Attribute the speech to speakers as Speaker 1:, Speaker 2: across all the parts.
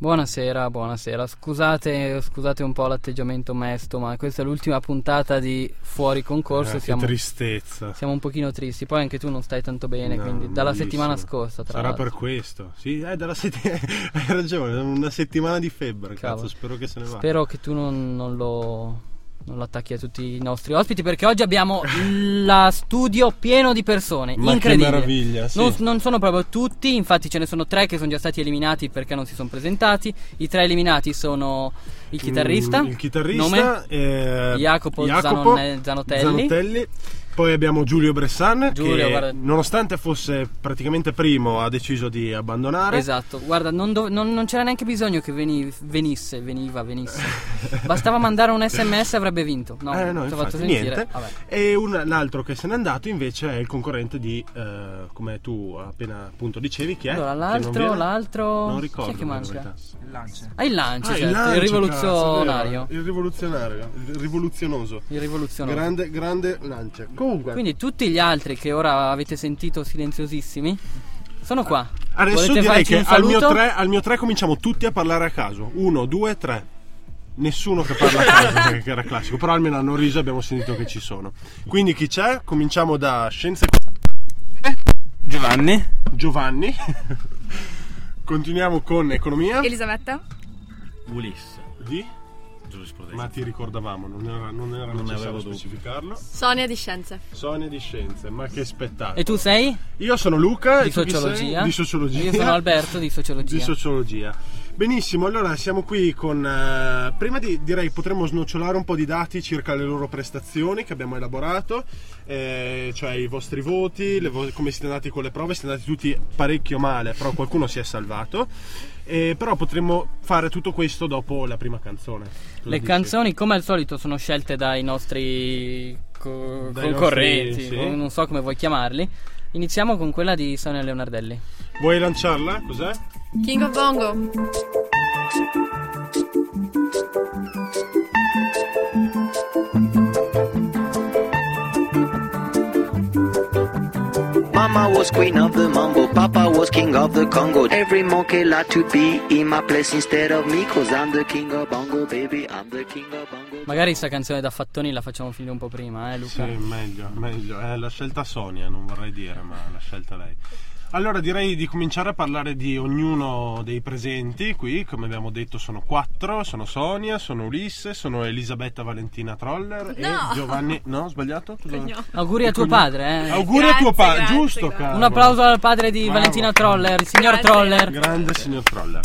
Speaker 1: Buonasera, buonasera. Scusate, scusate un po' l'atteggiamento mesto, ma questa è l'ultima puntata di Fuori Concorso.
Speaker 2: Eh,
Speaker 1: siamo,
Speaker 2: che tristezza.
Speaker 1: siamo un pochino tristi. Poi anche tu non stai tanto bene,
Speaker 2: No,
Speaker 1: quindi dalla
Speaker 2: malissimo.
Speaker 1: settimana scorsa, tra
Speaker 2: Sarà
Speaker 1: l'altro.
Speaker 2: per questo. Sì, eh, dalla sette- hai ragione, una settimana di febbre,
Speaker 1: Cavolo.
Speaker 2: cazzo, spero che se ne vada.
Speaker 1: Spero che tu non, non lo non lo attacchi a tutti i nostri ospiti perché oggi abbiamo la studio pieno di persone.
Speaker 2: Ma che
Speaker 1: Incredibile.
Speaker 2: meraviglia, sì.
Speaker 1: Non, non sono proprio tutti, infatti ce ne sono tre che sono già stati eliminati perché non si sono presentati. I tre eliminati sono il chitarrista.
Speaker 2: Mm, il chitarrista
Speaker 1: Nome?
Speaker 2: eh,
Speaker 1: Jacopo Zanon- Zanotelli.
Speaker 2: Poi abbiamo Giulio Bressan
Speaker 1: Giulio,
Speaker 2: che
Speaker 1: guarda-
Speaker 2: nonostante fosse praticamente primo ha deciso di abbandonare.
Speaker 1: Esatto, guarda, non, dov- non- non c'era neanche bisogno che veni- venisse, veniva, venisse. Bastava mandare un sms e avrebbe vinto. No,
Speaker 2: Eh, no,
Speaker 1: ti ho
Speaker 2: infatti,
Speaker 1: fatto sentire.
Speaker 2: niente. Eh?
Speaker 1: Vabbè.
Speaker 2: E un, l'altro che se n'è andato invece è il concorrente di, eh, come tu appena appunto dicevi, chi è?
Speaker 1: Allora,
Speaker 2: Che non
Speaker 1: l'altro,
Speaker 2: viene?
Speaker 1: l'altro.
Speaker 2: Non
Speaker 1: Chi
Speaker 2: ricordo.
Speaker 1: è che
Speaker 2: per la
Speaker 1: manca?
Speaker 2: verità.
Speaker 3: Lance.
Speaker 1: Ah, il lancio,
Speaker 2: Ah,
Speaker 1: certo, il,
Speaker 2: Lancio, cazzo,
Speaker 1: rivoluzionario.
Speaker 2: vero, il rivoluzionario, il rivoluzionoso.
Speaker 1: Il rivoluzionario.
Speaker 2: Grande, grande lancia. Comunque,
Speaker 1: Quindi tutti gli altri che ora avete sentito silenziosissimi sono qua.
Speaker 2: adesso
Speaker 1: Volete
Speaker 2: direi
Speaker 1: farci
Speaker 2: che
Speaker 1: un
Speaker 2: al mio,
Speaker 1: saluto?
Speaker 2: 3, al mio tre cominciamo tutti a parlare a caso. Uno, due, tre. Nessuno che parla a caso, che- che era classico. Però almeno hanno riso e abbiamo sentito che ci sono. Quindi chi c'è? Cominciamo da Scienze Eh?
Speaker 3: Giovanni.
Speaker 2: Giovanni. Continuiamo con Economia.
Speaker 4: Elisabetta?
Speaker 5: Ulisse,
Speaker 2: Di?
Speaker 5: giurisprudenza.
Speaker 2: Ma ti ricordavamo, non era, non era
Speaker 5: ne
Speaker 2: necessario
Speaker 5: avevo dubbi.
Speaker 2: specificarlo.
Speaker 4: Sonia di Scienze.
Speaker 2: Sonia di Scienze, ma che spettacolo.
Speaker 1: E tu sei?
Speaker 2: Io sono Luca
Speaker 1: Di
Speaker 2: e Eh, tu chi
Speaker 1: sociologia.
Speaker 2: sei? Di sociologia.
Speaker 1: Io sono Alberto di sociologia.
Speaker 2: Di sociologia. Benissimo, allora siamo qui con... eh, prima di, direi potremmo snocciolare un po' di dati circa le loro prestazioni che abbiamo elaborato, eh, cioè i vostri voti, le vo- come siete andati con le prove, siete andati tutti parecchio male, però qualcuno si è salvato. Eh, però potremmo fare tutto questo dopo la prima canzone. Cosa
Speaker 1: Le
Speaker 2: dici?
Speaker 1: canzoni, come al solito, sono scelte dai nostri co-
Speaker 2: Dai
Speaker 1: concorrenti,
Speaker 2: nostri, sì.
Speaker 1: o non so come vuoi chiamarli. Iniziamo con quella di Sonia Leonardelli.
Speaker 2: Vuoi lanciarla? Cos'è?
Speaker 4: King of Bongo.
Speaker 6: Mama was queen of the mambo, Papa was king of the Congo. Every monkey like to be in my place instead of me, cause I'm the king of bongo, baby, I'm the king of bongo.
Speaker 1: Magari sta canzone da Fattoni la facciamo finire un po' prima, eh,
Speaker 2: Sì,
Speaker 1: Luca?
Speaker 2: meglio, meglio. È la scelta Sonia, non vorrei dire, ma l'ha scelta lei. Allora direi di cominciare a parlare di ognuno dei presenti qui, come abbiamo detto sono quattro, sono Sonia, sono Ulisse, sono Elisabetta Valentina Troller
Speaker 4: No!
Speaker 2: e Giovanni... No, ho sbagliato? Cosa-
Speaker 1: Auguri a tuo
Speaker 2: Cognome.
Speaker 1: padre, eh.
Speaker 2: Auguri a
Speaker 4: Grazie,
Speaker 2: tuo padre,
Speaker 4: grazie,
Speaker 2: giusto
Speaker 4: grazie.
Speaker 2: caro.
Speaker 1: Un applauso al padre di
Speaker 2: Bravo.
Speaker 1: Valentina Troller, il signor
Speaker 4: Grazie.
Speaker 1: Troller.
Speaker 2: Grande signor Troller.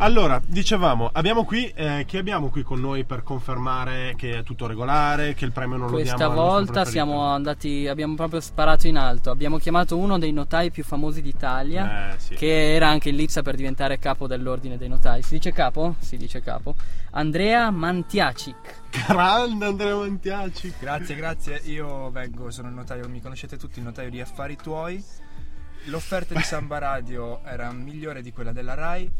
Speaker 2: Allora, dicevamo, abbiamo qui, eh, chi abbiamo qui con noi per confermare che è tutto regolare, che il premio non lo diamo
Speaker 1: Questa
Speaker 2: al nostro
Speaker 1: volta
Speaker 2: preferito?
Speaker 1: siamo andati, abbiamo proprio sparato in alto. Abbiamo chiamato uno dei notai più famosi d'Italia,
Speaker 2: Eh, sì.
Speaker 1: che era anche in lizza per diventare capo dell'ordine dei notai. Si dice capo? Si dice capo. Andrea Mantiacic.
Speaker 2: Grande Andrea Mantiaci.
Speaker 3: Grazie, grazie. Io vengo, sono il notaio, mi conoscete tutti, il notaio di Affari Tuoi. L'offerta di Samba Radio era migliore di quella della RAI.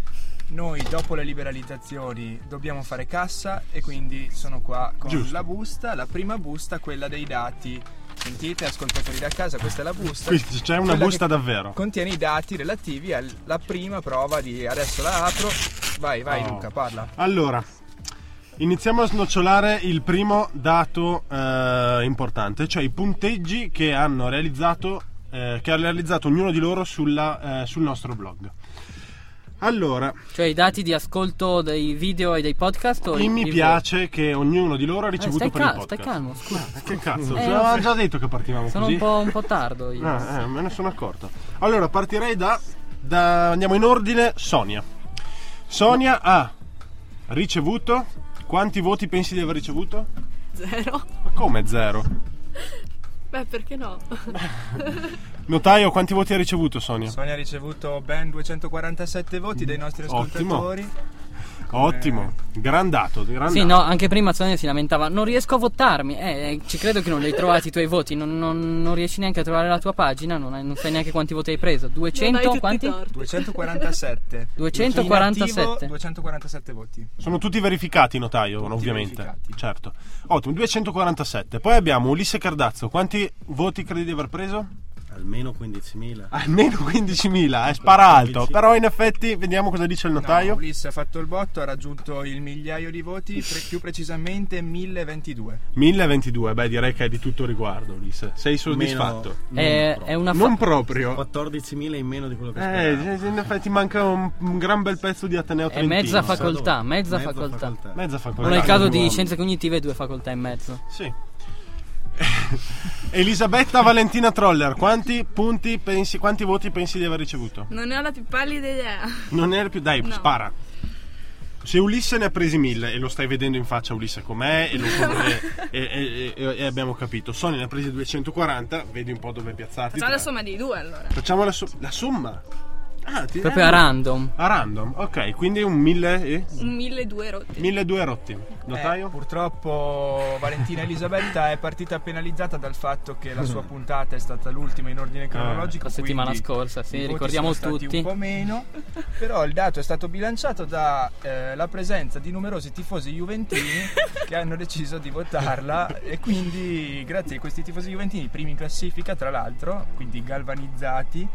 Speaker 3: Noi dopo le liberalizzazioni dobbiamo fare cassa e quindi sono qua con
Speaker 2: Giusto.
Speaker 3: la busta, la prima busta, quella dei dati. Sentite, ascoltatori da casa, questa è la busta.
Speaker 2: Qui c'è una
Speaker 3: Quella
Speaker 2: busta
Speaker 3: che
Speaker 2: davvero.
Speaker 3: Contiene i dati relativi alla prima prova di... Adesso la apro. Vai, vai
Speaker 2: Oh.
Speaker 3: Luca, parla.
Speaker 2: Allora, iniziamo a snocciolare il primo dato eh, importante, cioè i punteggi che hanno realizzato, eh, che ha realizzato ognuno di loro sulla, eh, sul nostro blog. Allora,
Speaker 1: Cioè i dati di ascolto dei video e dei podcast? o
Speaker 2: il
Speaker 1: i-
Speaker 2: mi
Speaker 1: i-
Speaker 2: piace che ognuno di loro ha
Speaker 1: Eh,
Speaker 2: ricevuto
Speaker 1: stai,
Speaker 2: per
Speaker 1: cal-
Speaker 2: il podcast.
Speaker 1: stai calmo, scusa.
Speaker 2: Ma Che cazzo,
Speaker 1: Eh,
Speaker 2: Avevamo
Speaker 1: no.
Speaker 2: già detto che partivamo
Speaker 1: Sono
Speaker 2: così.
Speaker 1: un po', un po' tardo io.
Speaker 2: Ah, eh, me ne sono accorto. Allora, partirei da, da- Andiamo in ordine. Sonia. Sonia ha ricevuto. Quanti voti pensi di aver ricevuto?
Speaker 4: Zero.
Speaker 2: Ma come zero?
Speaker 4: Beh, perché no?
Speaker 2: Notaio, quanti voti hai ricevuto, Sonia?
Speaker 3: Sonia ha ricevuto ben 247 voti dai nostri
Speaker 2: Ottimo.
Speaker 3: ascoltatori.
Speaker 2: Ottimo, gran dato. gran
Speaker 1: Sì,
Speaker 2: dato.
Speaker 1: no, anche prima Sonia si lamentava, non riesco a votarmi, eh, eh, ci credo che non li hai trovati i tuoi voti, non, non- non riesci neanche a trovare la tua pagina, non, hai- non sai neanche quanti voti hai preso, 200 quanti?
Speaker 3: 247.
Speaker 1: 247.
Speaker 3: In attivo, 247 voti.
Speaker 2: Sono tutti verificati, notaio, ovviamente.
Speaker 3: verificati.
Speaker 2: Certo. Ottimo, 247. Poi abbiamo Ulisse Cardazzo. Quanti voti credi di aver preso?
Speaker 5: Almeno
Speaker 7: Ah,
Speaker 5: 15.000.
Speaker 2: Almeno 15.000, eh, spara alto. Però in effetti vediamo cosa dice il notaio.
Speaker 3: No, Ulisse ha fatto il botto, ha raggiunto il migliaio di voti, pre- più precisamente 1022.
Speaker 2: 1022, beh direi che è di tutto riguardo Ulisse. Sei soddisfatto?
Speaker 5: Meno-
Speaker 1: Eh, È,
Speaker 5: non
Speaker 1: è una fa-
Speaker 2: Non proprio.
Speaker 5: proprio. 14.000 in meno di quello che
Speaker 2: Eh,
Speaker 5: speravo.
Speaker 2: in effetti manca un, un gran bel pezzo di Ateneo
Speaker 1: È
Speaker 2: Trentino.
Speaker 1: Eh, mezza
Speaker 5: Non so
Speaker 1: facoltà,
Speaker 5: dove.
Speaker 1: mezza facoltà.
Speaker 2: Mezza facoltà.
Speaker 1: Uno è il caso di
Speaker 2: Uomo.
Speaker 1: scienze cognitive e due facoltà in mezzo.
Speaker 2: Sì. Elisabetta Valentina Troller, quanti punti pensi, quanti voti pensi di aver ricevuto?
Speaker 4: Non ne ho la più pallida idea.
Speaker 2: Non era più, dai,
Speaker 4: No.
Speaker 2: spara. Se Ulisse ne ha presi mille e lo stai vedendo in faccia Ulisse com'è e, lo- e- e- e- e abbiamo capito, Sony ne ha presi 240, vedi un po' dove piazzarti.
Speaker 4: Facciamo la
Speaker 2: tra-
Speaker 4: somma di due allora.
Speaker 2: Facciamo la, so- la somma. Ah, ti-
Speaker 1: Proprio
Speaker 2: eh,
Speaker 1: a random.
Speaker 2: A random, ok, quindi un 1000 e...
Speaker 4: Un 1200 rotti.
Speaker 2: 1200 rotti.
Speaker 3: Eh,
Speaker 2: Notaio?
Speaker 3: purtroppo Valentina Elisabetta è partita penalizzata dal fatto che la sua puntata è stata l'ultima in
Speaker 7: Ah,
Speaker 3: ordine cronologico.
Speaker 1: La settimana
Speaker 3: quindi
Speaker 1: scorsa, sì,
Speaker 3: i voti
Speaker 1: ricordiamo
Speaker 3: sono stati
Speaker 1: tutti.
Speaker 3: Un po' meno, però il dato è stato bilanciato dalla presenza di numerosi tifosi juventini che hanno deciso di votarla e quindi grazie a questi tifosi juventini, primi in classifica tra l'altro, quindi galvanizzati,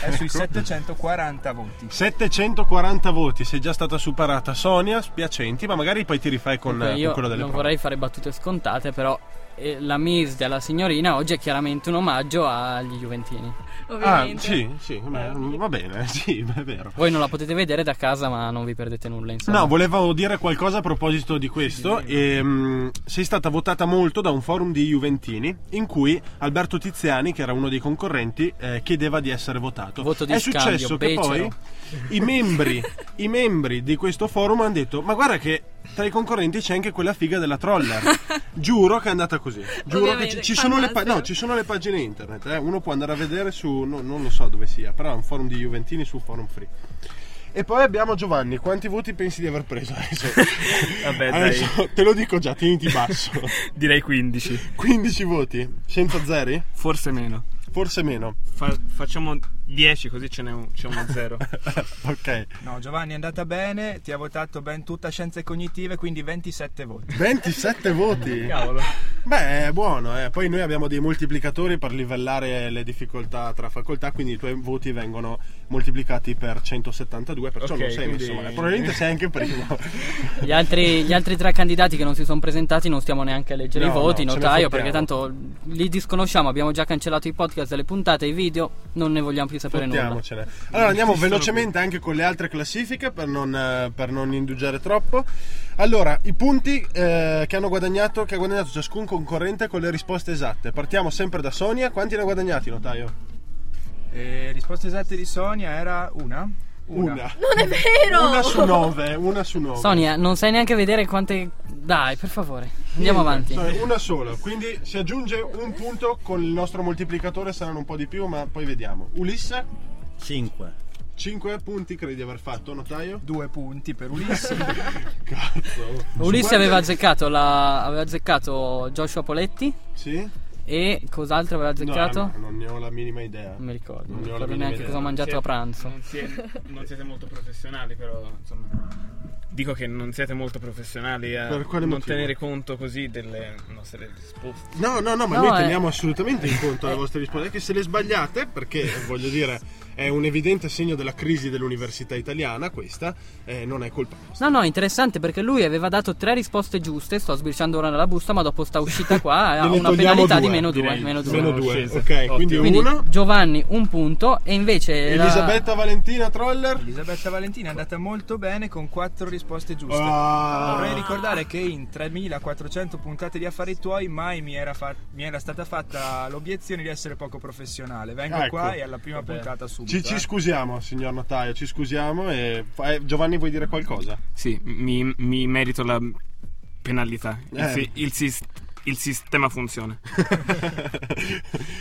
Speaker 3: è
Speaker 7: Ecco.
Speaker 3: sui 740 voti.
Speaker 2: 740 voti, sei già stata superata Sonia, spiacenti, ma magari poi ti rifai con,
Speaker 1: Dunque,
Speaker 2: con
Speaker 1: io
Speaker 2: quello
Speaker 1: non
Speaker 2: delle prove.
Speaker 1: vorrei fare battute scontate, però eh, la Miss della signorina oggi è chiaramente un omaggio agli Juventini.
Speaker 2: Ah,
Speaker 4: Ovviamente.
Speaker 2: sì, sì,
Speaker 1: Eh.
Speaker 2: ma- va bene, sì, è vero.
Speaker 1: Voi non la potete vedere da casa, ma non vi perdete nulla, insomma.
Speaker 2: No, volevo dire qualcosa a proposito di questo. Ehm, sei stata votata molto da un forum di Juventini in cui Alberto Tiziani, che era uno dei concorrenti, eh, chiedeva di essere votato.
Speaker 1: Voto di
Speaker 2: È
Speaker 1: scambio,
Speaker 2: successo che
Speaker 1: becero.
Speaker 2: poi i membri, i membri di questo forum hanno detto: Ma guarda che tra i concorrenti c'è anche quella figa della troller. Giuro che è andata così. Giuro che
Speaker 4: Ovviamente,
Speaker 2: ci, ci sono le pa-
Speaker 4: fantastico.
Speaker 2: no, ci sono le pagine internet. eh. Uno può andare a vedere su. no, non lo so dove sia, però è un forum di Juventini su forum free. E poi abbiamo Giovanni, quanti voti pensi di aver preso adesso?
Speaker 7: Vabbè, dai.
Speaker 2: adesso te lo dico già, tieniti basso.
Speaker 7: Direi 15.
Speaker 2: 15 voti, senza zeri?
Speaker 7: Forse meno.
Speaker 2: Forse meno.
Speaker 7: Fa- facciamo 10 così ce n'è un- c'è uno zero.
Speaker 2: ok.
Speaker 3: No, Giovanni è andata bene, ti ha votato ben tutta scienze cognitive, quindi 27 voti.
Speaker 2: 27 voti.
Speaker 7: Cavolo.
Speaker 2: Beh, è buono, eh. Poi noi abbiamo dei moltiplicatori per livellare le difficoltà tra facoltà, quindi i tuoi voti vengono moltiplicati per 172, perciò
Speaker 7: Ok,
Speaker 2: non sei
Speaker 7: quindi-
Speaker 2: messo male. Probabilmente sei anche primo.
Speaker 1: Gli altri, gli altri tre candidati che non si sono presentati non stiamo neanche a leggere
Speaker 2: No,
Speaker 1: i voti,
Speaker 2: no, ce ne
Speaker 1: notaio,
Speaker 2: fottiamo.
Speaker 1: perché tanto li disconosciamo, abbiamo già cancellato i podcast, le puntate, i video, non ne vogliamo più sapere nulla.
Speaker 2: Portiamocene. Allora andiamo velocemente anche con le altre classifiche per non, eh, per non indugiare troppo. Allora, i punti eh, che hanno guadagnato, che ha guadagnato ciascun concorrente con le risposte esatte. Partiamo sempre da Sonia. Quanti ne ha guadagnati, notaio?
Speaker 3: E risposte esatte di Sonia era una?
Speaker 4: Non è vero!
Speaker 2: Una su nove, una su nove.
Speaker 1: Sonia, non sai neanche vedere quante... Dai, per favore, andiamo avanti.
Speaker 2: Sonia, Cioè, Una sola, quindi si aggiunge un punto con il nostro moltiplicatore, saranno un po' di più, ma poi vediamo. Ulisse,
Speaker 5: 5.
Speaker 2: 5 punti credi di aver fatto, notaio?
Speaker 3: Due punti per Ulisse.
Speaker 2: Cazzo.
Speaker 1: Ulisse
Speaker 2: Su
Speaker 1: aveva
Speaker 2: quante-
Speaker 1: azzeccato, la... aveva azzeccato Joshua Poletti
Speaker 2: Sì?
Speaker 1: e cos'altro aveva
Speaker 2: No,
Speaker 1: azzeccato?
Speaker 2: no, non ne ho la minima idea.
Speaker 1: Non mi ricordo, non
Speaker 2: Non ne ho la
Speaker 1: ricordo
Speaker 2: minima
Speaker 1: neanche
Speaker 2: idea.
Speaker 1: cosa ho mangiato a
Speaker 7: Siete-
Speaker 1: pranzo.
Speaker 7: Non siete, non siete molto professionali, però insomma. Dico che non siete molto professionali a
Speaker 2: Per quale
Speaker 7: non
Speaker 2: motivo?
Speaker 7: tenere conto così delle nostre risposte.
Speaker 2: No, no, no, ma
Speaker 1: No,
Speaker 2: noi
Speaker 1: eh.
Speaker 2: teniamo assolutamente in conto le vostre risposte. Anche se le sbagliate, perché voglio dire, è un evidente segno della crisi dell'università italiana, questa eh, non è colpa nostra.
Speaker 1: No, no, interessante perché lui aveva dato tre risposte giuste. Sto sbirciando ora nella busta, ma dopo sta uscita qua ha
Speaker 2: Ne
Speaker 1: Ah, una
Speaker 2: togliamo
Speaker 1: penalità
Speaker 2: due,
Speaker 1: di meno due.
Speaker 7: direi.
Speaker 1: Meno due.
Speaker 2: Meno
Speaker 7: Sono
Speaker 2: due,
Speaker 7: scese.
Speaker 2: ok, quindi
Speaker 7: Ottimo.
Speaker 1: Quindi
Speaker 2: uno.
Speaker 1: Giovanni un punto e invece la-
Speaker 2: Elisabetta Valentina Troller.
Speaker 3: Elisabetta Valentina è andata molto bene con quattro risposte giuste.
Speaker 2: Ah.
Speaker 3: Vorrei ricordare che in 3400 puntate di affari tuoi mai mi era, fa- mi era stata fatta l'obiezione di essere poco professionale. Vengo
Speaker 2: Ecco.
Speaker 3: qua e alla prima puntata subito.
Speaker 2: Ci, ci
Speaker 3: eh.
Speaker 2: scusiamo, signor notaio, ci scusiamo. E... eh, Giovanni, vuoi dire qualcosa?
Speaker 7: Sì, mi, mi merito la penalità. Il,
Speaker 2: Eh.
Speaker 7: si- il sis- il sistema funziona.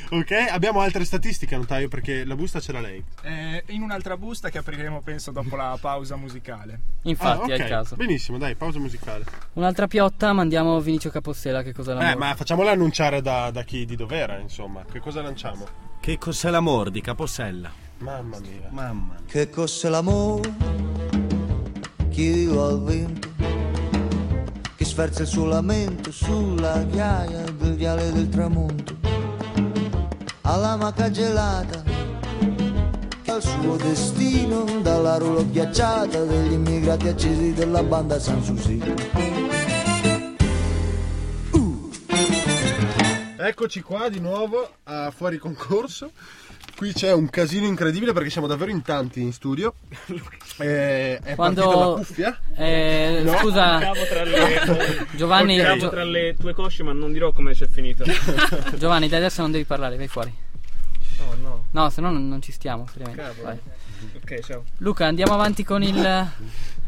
Speaker 2: ok, abbiamo altre statistiche, notaio, perché la busta c'era lei.
Speaker 3: Eh, in un'altra busta che apriremo penso dopo la pausa musicale.
Speaker 1: Infatti
Speaker 2: Ah,
Speaker 1: è
Speaker 2: ok,
Speaker 1: il caso.
Speaker 2: Benissimo, dai, pausa musicale.
Speaker 1: Un'altra piotta, mandiamo Vinicio Capostela che cosa l'ha
Speaker 2: Eh, ma facciamola annunciare da, da chi di dovere, insomma. Che cosa lanciamo?
Speaker 5: Che cos'è l'amor di Capossella?
Speaker 2: Mamma mia.
Speaker 5: Mamma mia.
Speaker 8: Che cos'è l'amore che io al vento che sferza il suo lamento sulla ghiaia del viale del tramonto alla maca gelata che al suo destino dalla rulo ghiacciata degli immigrati accesi della banda San Susi.
Speaker 2: Eccoci qua di nuovo a Fuori Concorso. Qui c'è un casino incredibile perché siamo davvero in tanti in studio. Eh, è partita la
Speaker 1: Quando.
Speaker 2: cuffia.
Speaker 1: Eh,
Speaker 2: No.
Speaker 1: Scusa,
Speaker 7: Cavo tra le,
Speaker 1: Giovanni,
Speaker 7: cavo
Speaker 1: Gio-
Speaker 7: tra le tue cosce, ma non dirò come c'è finita.
Speaker 1: Giovanni, dai adesso non devi parlare, vai fuori.
Speaker 7: Oh no.
Speaker 1: No, se no non, non ci stiamo. seriamente.
Speaker 7: Cavolo.
Speaker 1: Vai.
Speaker 7: Ok, ciao.
Speaker 1: Luca, andiamo avanti con il.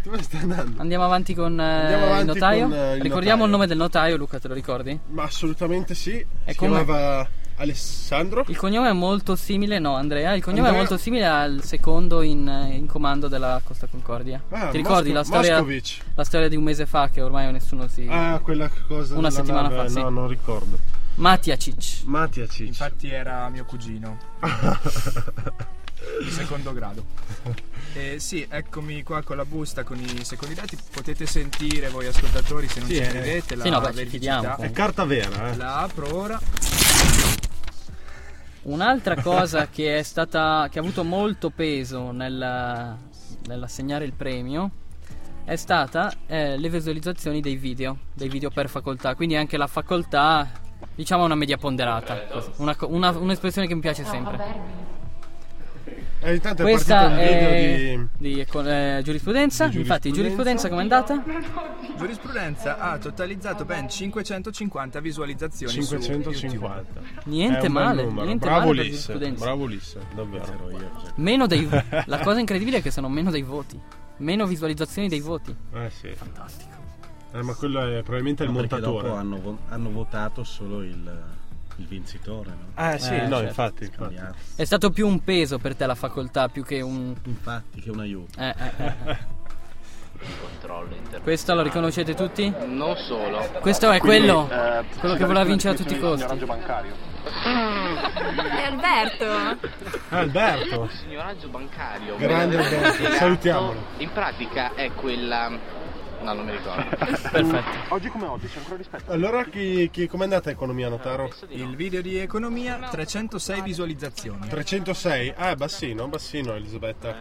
Speaker 2: Dove stai andando?
Speaker 1: Andiamo avanti con eh,
Speaker 2: Andiamo avanti
Speaker 1: il notaio.
Speaker 2: con, eh, il
Speaker 1: Ricordiamo
Speaker 2: notaio.
Speaker 1: il nome del notaio, Luca, te lo ricordi?
Speaker 2: Ma assolutamente sì.
Speaker 1: E
Speaker 2: si
Speaker 1: come?
Speaker 2: chiamava Alessandro.
Speaker 1: Il cognome è molto simile, no, Andrea. Il cognome
Speaker 2: Andrea-
Speaker 1: è molto simile al secondo in, eh, in comando della Costa Concordia.
Speaker 2: Ah,
Speaker 1: Ti ricordi
Speaker 2: Mosco-
Speaker 1: la storia,
Speaker 2: Moscovic.
Speaker 1: la storia di un mese fa che ormai nessuno si.
Speaker 2: Ah, quella cosa.
Speaker 1: Una
Speaker 2: della
Speaker 1: settimana
Speaker 2: nave,
Speaker 1: fa, sì.
Speaker 2: No, non ricordo.
Speaker 1: Mattia Cic.
Speaker 2: Mattia Cicci.
Speaker 3: Infatti era mio cugino di secondo grado. E sì, eccomi qua con la busta con i secondi dati. Potete sentire voi ascoltatori se non
Speaker 5: Sì,
Speaker 3: ci
Speaker 5: eh.
Speaker 3: credete la
Speaker 1: Sì, no, beh, ci
Speaker 3: veridicità.
Speaker 1: fidiamo,
Speaker 5: È carta vera, eh.
Speaker 3: La apro ora.
Speaker 1: Un'altra cosa che è stata. che ha avuto molto peso nella- nell'assegnare il premio è stata eh, le visualizzazioni dei video, dei video per facoltà. Quindi anche la facoltà, diciamo, ha una media ponderata.
Speaker 2: Eh,
Speaker 1: Così. Una co- una- un'espressione che mi piace sempre.
Speaker 2: E Eh, intanto è
Speaker 1: Questa
Speaker 2: partito il video
Speaker 1: è
Speaker 2: di.
Speaker 1: di econ- eh, giurisprudenza.
Speaker 2: di
Speaker 1: Infatti, giurisprudenza com'è andata?
Speaker 3: Giurisprudenza ha totalizzato ben 550 visualizzazioni su YouTube.
Speaker 2: 550. È
Speaker 1: Niente
Speaker 2: un bel
Speaker 1: male,
Speaker 2: numero.
Speaker 1: niente
Speaker 2: Bravo
Speaker 1: male per
Speaker 2: Ulisse,
Speaker 1: giurisprudenza.
Speaker 2: bravo Ulisse, davvero.
Speaker 1: Meno dei La cosa incredibile è che sono meno dei voti, meno visualizzazioni dei voti.
Speaker 2: Eh sì. Eh, ma quello è probabilmente il
Speaker 5: No, perché
Speaker 2: montatore.
Speaker 5: dopo hanno, vo- hanno votato solo il, il vincitore, no?
Speaker 2: Ah sì,
Speaker 1: Eh,
Speaker 2: no,
Speaker 1: certo.
Speaker 2: infatti. infatti.
Speaker 5: Cambiato.
Speaker 1: È stato più un peso per te la facoltà più che un
Speaker 5: Infatti, che è un aiuto.
Speaker 1: eh, eh, eh, eh. Questo lo riconoscete tutti?
Speaker 9: Non solo.
Speaker 1: Questo è quello
Speaker 2: eh,
Speaker 9: Eh,
Speaker 1: quello che voleva vincere a tutti i costi.
Speaker 9: bancario.
Speaker 4: È Alberto.
Speaker 2: Ah, Alberto,
Speaker 9: Signoraggio bancario.
Speaker 2: Grande
Speaker 9: Bene,
Speaker 2: Alberto,
Speaker 9: spiegato.
Speaker 2: salutiamolo.
Speaker 9: In pratica è quella... No, non mi ricordo.
Speaker 1: Perfetto.
Speaker 9: oggi come oggi c'è ancora rispetto.
Speaker 2: allora chi, chi, com'è andata economia Notaro?
Speaker 3: Il video di economia 306 visualizzazioni.
Speaker 2: 306, ah è bassino, bassino Elisabetta.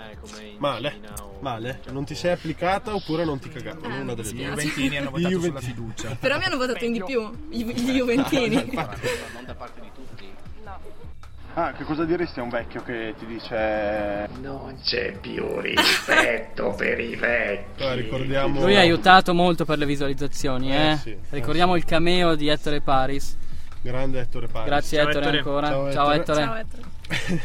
Speaker 2: Male, male, non ti sei applicata oppure non ti cagavo,
Speaker 1: Ah,
Speaker 2: una delle
Speaker 3: I
Speaker 2: due.
Speaker 3: Juventini hanno
Speaker 2: I
Speaker 3: votato sulla
Speaker 2: Juventini.
Speaker 3: fiducia.
Speaker 4: Però mi hanno votato in di più. Gli, gli Juventini.
Speaker 9: Non da parte di tutti.
Speaker 10: Ah, che cosa diresti a un vecchio che ti dice...
Speaker 9: Non c'è più rispetto per i vecchi.
Speaker 2: Allora, ricordiamo...
Speaker 1: Lui ha aiutato molto per le visualizzazioni,
Speaker 2: Eh,
Speaker 1: eh.
Speaker 2: sì, eh,
Speaker 1: Ricordiamo il cameo di Ettore Paris.
Speaker 2: Grande Ettore Paris.
Speaker 1: Grazie
Speaker 7: Ciao,
Speaker 1: Ettore
Speaker 7: Ettore.
Speaker 1: ancora.
Speaker 2: Ciao,
Speaker 1: Ciao
Speaker 2: Ettore.
Speaker 1: Ettore.
Speaker 4: Ciao Ettore.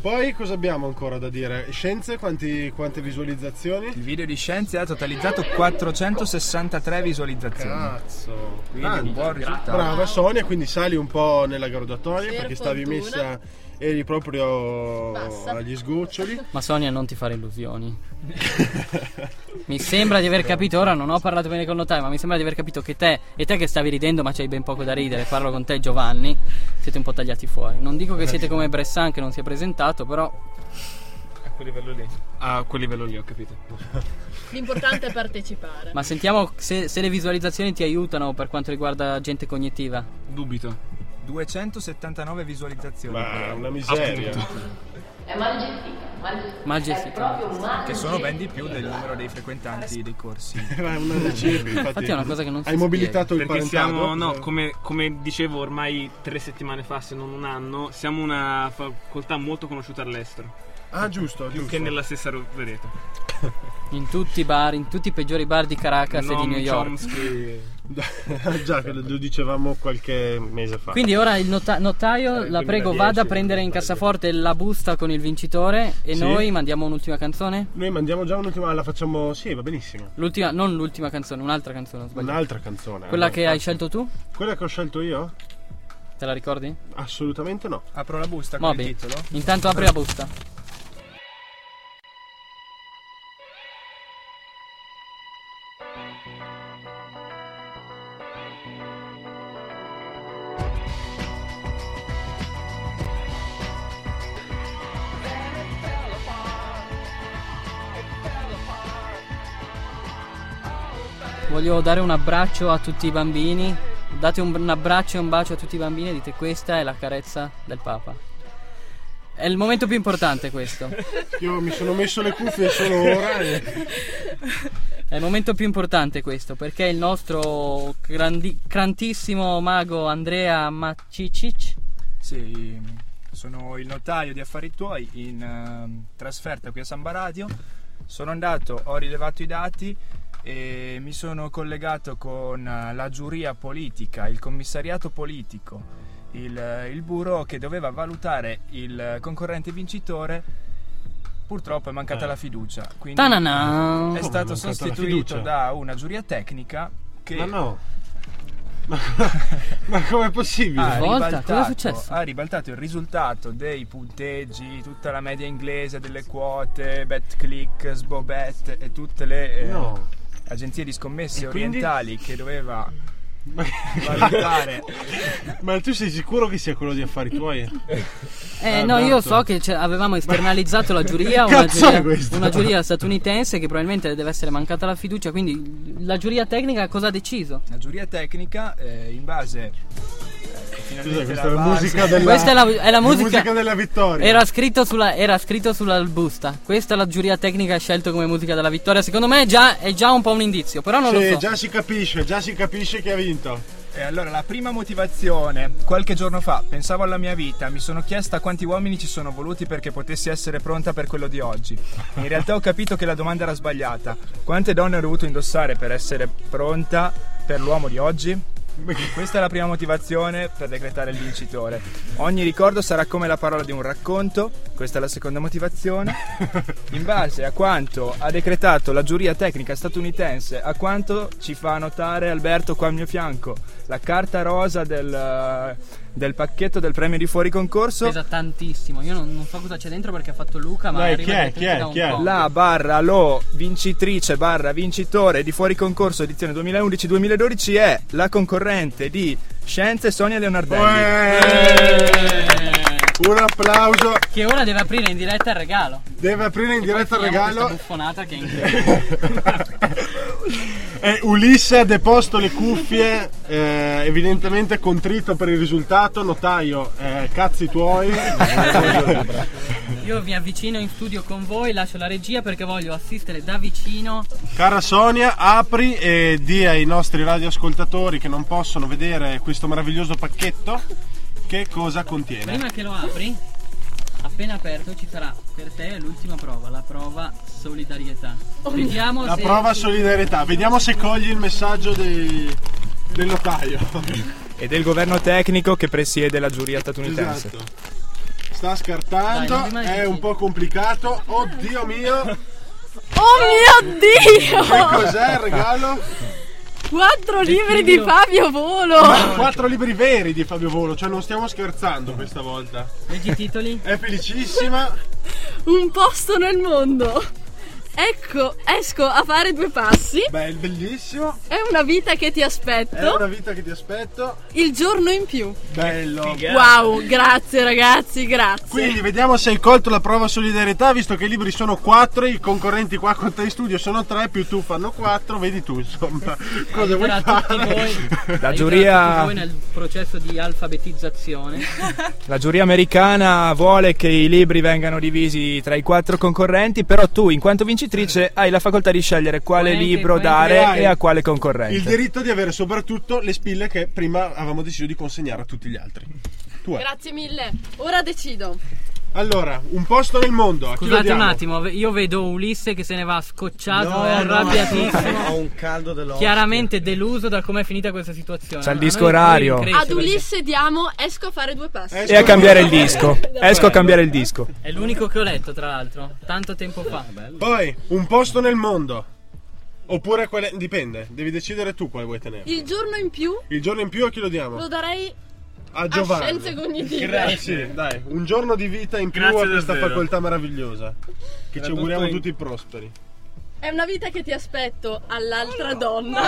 Speaker 2: Poi cosa abbiamo ancora da dire? Scienze, quanti- quante visualizzazioni?
Speaker 3: Il video di scienze ha totalizzato 463 visualizzazioni.
Speaker 2: Cazzo,
Speaker 3: Quindi un
Speaker 7: Ah,
Speaker 2: Ah, grande.
Speaker 3: buon risultato.
Speaker 2: Brava Sonia, quindi sali un po' nella graduatoria
Speaker 4: Per
Speaker 2: perché stavi
Speaker 4: fortuna.
Speaker 2: messa, eri proprio agli sgoccioli.
Speaker 1: Ma Sonia non ti fare illusioni. mi sembra di aver capito, ora non ho parlato bene con notaio, ma mi sembra di aver capito che te e te che stavi ridendo ma c'hai ben poco da ridere, parlo con te Giovanni, siete un po' tagliati fuori. Non dico che siete come Bressan che non si è presentato, però
Speaker 7: A quel livello lì. A quel livello lì, ho capito.
Speaker 4: L'importante è partecipare.
Speaker 1: ma sentiamo se, se le visualizzazioni ti aiutano per quanto riguarda gente cognitiva.
Speaker 7: Dubito.
Speaker 3: 279 visualizzazioni.
Speaker 2: Ma una miseria.
Speaker 1: Mal gestita.
Speaker 3: che sono ben di più del numero dei frequentanti dei corsi.
Speaker 2: Era una ricerca, infatti.
Speaker 1: Infatti è una cosa che non si
Speaker 2: Hai mobilitato il
Speaker 7: Perché
Speaker 2: parentado?
Speaker 7: siamo, no, come, come dicevo ormai tre settimane fa, se non un anno, siamo una facoltà molto conosciuta all'estero.
Speaker 2: Ah, giusto,
Speaker 7: Più
Speaker 2: giusto.
Speaker 7: che nella stessa ro- vereta.
Speaker 1: In tutti i bar, in tutti i peggiori bar di Caracas e di
Speaker 7: Noam
Speaker 1: New York.
Speaker 7: Chomsky.
Speaker 2: Già, quello lo dicevamo qualche mese fa.
Speaker 1: Quindi ora il nota- notaio,
Speaker 2: Eh,
Speaker 1: la prego,
Speaker 2: 2010,
Speaker 1: vada a prendere in
Speaker 2: non sbaglio.
Speaker 1: cassaforte la busta con il vincitore e
Speaker 2: Sì.
Speaker 1: noi mandiamo un'ultima canzone.
Speaker 2: Noi mandiamo già un'ultima, la facciamo... Sì, va benissimo.
Speaker 1: L'ultima, non l'ultima canzone, un'altra canzone, ho sbagliato.
Speaker 2: Un'altra canzone.
Speaker 1: Quella
Speaker 2: allora.
Speaker 1: che hai scelto tu?
Speaker 2: Quella che ho scelto io?
Speaker 1: Te la ricordi?
Speaker 2: Assolutamente no.
Speaker 3: Apro la busta con
Speaker 1: Moby.
Speaker 3: il titolo.
Speaker 1: Intanto apri la busta. Voglio dare un abbraccio a tutti i bambini Date un, un abbraccio e un bacio a tutti i bambini e dite questa è la carezza del Papa. È il momento più importante questo.
Speaker 2: Io mi sono messo le cuffie solo ora e-
Speaker 1: È il momento più importante questo perché il nostro grandi- grandissimo mago Andrea Macicic
Speaker 3: Sì, sono il notaio di Affari Tuoi in ehm, trasferta qui a San Baradio. Sono andato, ho rilevato i dati e mi sono collegato con eh, la giuria politica, il commissariato politico, il, eh, il bureau che doveva valutare il concorrente vincitore. Purtroppo è mancata la fiducia. Quindi
Speaker 1: Ta-na-na!
Speaker 3: è
Speaker 1: Come
Speaker 3: stato
Speaker 1: è mancata la
Speaker 3: sostituito
Speaker 1: fiducia?
Speaker 3: da una giuria tecnica che
Speaker 2: Ma no. Ma com'è possibile?
Speaker 1: Ah,
Speaker 3: ha
Speaker 2: Svolta,
Speaker 3: ribaltato-
Speaker 2: cosa è successo?
Speaker 3: Ha ribaltato il risultato dei punteggi, tutta la media inglese delle quote, BetClick, Sbobet e tutte le eh,
Speaker 2: No.
Speaker 3: agenzie di scommesse
Speaker 2: E quindi?
Speaker 3: orientali che doveva valutare.
Speaker 2: Ma tu sei sicuro che sia quello di affari tuoi?
Speaker 1: Eh no, io
Speaker 2: Alberto.
Speaker 1: so che c'è- avevamo esternalizzato la giuria,
Speaker 2: Che
Speaker 1: una
Speaker 2: Esatto. cazzo è
Speaker 1: giuria,
Speaker 2: questo?
Speaker 1: una giuria statunitense che probabilmente deve essere mancata la fiducia, quindi la giuria tecnica cosa ha deciso?
Speaker 3: La giuria tecnica eh, in base... eh, finalmente
Speaker 2: questa
Speaker 3: la
Speaker 2: è la
Speaker 3: base-
Speaker 2: musica della-
Speaker 1: Questa è la, è la
Speaker 2: la
Speaker 1: musica,
Speaker 2: musica della vittoria.
Speaker 1: Era scritto, sulla, era scritto sulla busta. Questa la giuria tecnica ha scelto come musica della vittoria. Secondo me è già, è già un po' un indizio, però non
Speaker 2: Sì,
Speaker 1: lo so.
Speaker 2: già si capisce, già si capisce che ha vinto.
Speaker 3: E allora la prima motivazione, qualche giorno fa pensavo alla mia vita, mi sono chiesta quanti uomini ci sono voluti perché potessi essere pronta per quello di oggi. In realtà ho capito che la domanda era sbagliata. Quante donne ho dovuto indossare per essere pronta per l'uomo di oggi? Questa è la prima motivazione per decretare il vincitore. Ogni ricordo sarà come la parola di un racconto, questa è la seconda motivazione. In base a quanto ha decretato la giuria tecnica statunitense, a quanto ci fa notare Alberto qua al mio fianco, la carta rosa del, del pacchetto del premio di fuori concorso,
Speaker 2: Esatto.
Speaker 1: Pesa tantissimo. Io non, non so cosa c'è dentro perché ha fatto Luca, ma
Speaker 3: Dai,
Speaker 1: arriva
Speaker 3: chi è?
Speaker 1: direttamente
Speaker 3: Chi è?
Speaker 1: da un
Speaker 3: Chi è?
Speaker 1: po'.
Speaker 3: La barra lo vincitrice barra vincitore di fuori concorso edizione 2011-2012 è la concorrente di Scienze Sonia Leonardelli.
Speaker 2: Eh, Un applauso.
Speaker 1: Che ora deve aprire in diretta il regalo.
Speaker 2: Deve aprire in diretta il regalo.
Speaker 1: Questa buffonata che è incredibile.
Speaker 2: Eh, Ulisse ha deposto le cuffie, eh, evidentemente contrito per il risultato. Notaio, eh, cazzi tuoi.
Speaker 1: Io vi avvicino in studio con voi, lascio la regia perché voglio assistere da vicino.
Speaker 2: Cara Sonia, apri e di ai nostri radioascoltatori che non possono vedere questo meraviglioso pacchetto che cosa contiene.
Speaker 1: Prima che lo apri, appena aperto ci sarà per te l'ultima prova, la prova solidarietà. Vediamo
Speaker 2: La
Speaker 1: se
Speaker 2: prova solidarietà, vediamo se cogli il messaggio dei- del notaio.
Speaker 3: E del governo tecnico che presiede la giuria statunitense.
Speaker 2: Esatto. Sta scartando, è un po' complicato. Oddio mio!
Speaker 11: Oh mio Dio!
Speaker 2: Che cos'è il regalo?
Speaker 11: Quattro libri di Fabio
Speaker 1: Oh.
Speaker 11: Volo!
Speaker 2: Ma quattro libri veri di Fabio Volo, cioè non stiamo scherzando questa volta.
Speaker 1: Leggi i titoli.
Speaker 2: È felicissima.
Speaker 11: Un posto nel mondo! Ecco, esco a fare due passi.
Speaker 2: Beh, bellissimo.
Speaker 11: È una vita che ti
Speaker 2: È
Speaker 1: Ecco.
Speaker 11: aspetto.
Speaker 2: una vita che ti aspetto.
Speaker 11: Il giorno in più.
Speaker 2: Bello.
Speaker 11: Wow, grazie ragazzi, grazie.
Speaker 2: Quindi vediamo se hai colto la prova solidarietà, visto che i libri sono quattro, i concorrenti qua con te in studio sono tre, più tu fanno quattro, vedi tu insomma cosa vuoi
Speaker 1: aiuterà tutti
Speaker 2: fare.
Speaker 1: voi.
Speaker 3: La
Speaker 1: aiuterà
Speaker 3: giuria-
Speaker 1: tutti voi nel processo di alfabetizzazione.
Speaker 3: La giuria americana vuole che i libri vengano divisi tra i quattro concorrenti, però tu, in quanto vincitrice, hai la facoltà di scegliere quale
Speaker 2: Quanti-
Speaker 3: libro
Speaker 2: quanti-
Speaker 3: dare
Speaker 2: Dai.
Speaker 3: e a quale concorrente.
Speaker 2: Il diritto di avere soprattutto le spille che prima avevamo deciso di consegnare a tutti gli altri. Tu hai.
Speaker 11: Grazie mille. Ora decido.
Speaker 2: Allora, un posto nel mondo. a chi lo
Speaker 1: Scusate un
Speaker 2: diamo?
Speaker 1: attimo, ve- io vedo Ulisse che se ne va scocciato
Speaker 5: No,
Speaker 1: e
Speaker 5: no,
Speaker 1: arrabbiatissimo.
Speaker 5: ho un caldo dell'osso.
Speaker 1: Chiaramente deluso da com'è finita questa situazione.
Speaker 3: C'ha il
Speaker 1: Ma noi-
Speaker 3: disco
Speaker 1: noi
Speaker 3: orario.
Speaker 1: incresce
Speaker 11: Ad
Speaker 1: perché-
Speaker 11: Ulisse diamo esco a fare due passi.
Speaker 12: Eh.
Speaker 3: E a cambiare il
Speaker 2: Eh,
Speaker 3: disco. Esco a cambiare il disco.
Speaker 1: È l'unico che ho letto, tra l'altro, tanto tempo fa.
Speaker 5: Ah,
Speaker 2: Poi, un posto nel mondo. Oppure quale... Dipende, devi decidere tu quale vuoi tenere.
Speaker 11: Il giorno in più
Speaker 2: Il giorno in più a chi lo diamo?
Speaker 11: lo darei
Speaker 2: A Giovanni. Eh,
Speaker 11: a scienze cognitive.
Speaker 2: Sì, dai, un giorno di vita in più
Speaker 7: Grazie
Speaker 2: a questa
Speaker 7: davvero.
Speaker 2: facoltà meravigliosa. Che
Speaker 7: Era
Speaker 2: ci auguriamo
Speaker 7: tutto in-
Speaker 2: tutti prosperi.
Speaker 11: È una vita che ti aspetto all'altra donna.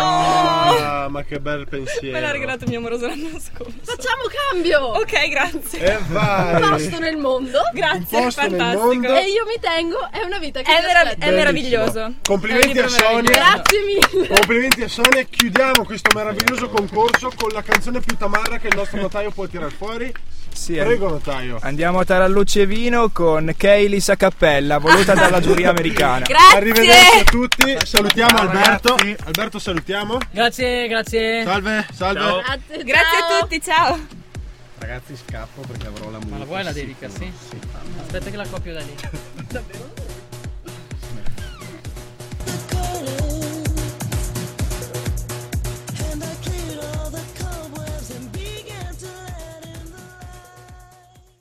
Speaker 2: Ah, ma che bel pensiero.
Speaker 12: Me l'ha regalato mio amoroso l'anno scorso.
Speaker 11: Facciamo cambio!
Speaker 12: Ok, grazie.
Speaker 2: E vai.
Speaker 11: Un posto nel mondo.
Speaker 12: Grazie, Un posto nel fantastico. mondo.
Speaker 11: E io mi tengo, è una vita che
Speaker 12: È
Speaker 11: ti
Speaker 12: merav-
Speaker 11: aspetto.
Speaker 12: è meraviglioso.
Speaker 2: Complimenti a Sonia.
Speaker 11: Grazie mille.
Speaker 2: Complimenti a Sonia, chiudiamo questo meraviglioso concorso con la canzone più tamarra che il nostro notaio può tirar fuori.
Speaker 3: Sì,
Speaker 7: eh.
Speaker 2: Prego notaio.
Speaker 3: Andiamo a Tarallucci e Vino con Kaylee Saccappella, voluta dalla giuria americana.
Speaker 2: Arrivederci a tutti. Salutiamo Alberto. Alberto salutiamo.
Speaker 1: Grazie, grazie.
Speaker 2: Salve, salve.
Speaker 11: Grazie,
Speaker 12: a tutti, ciao.
Speaker 5: Ragazzi, scappo perché avrò la musica.
Speaker 1: Ma la vuoi la dedica, sì? Aspetta che la copio da lì. Davvero?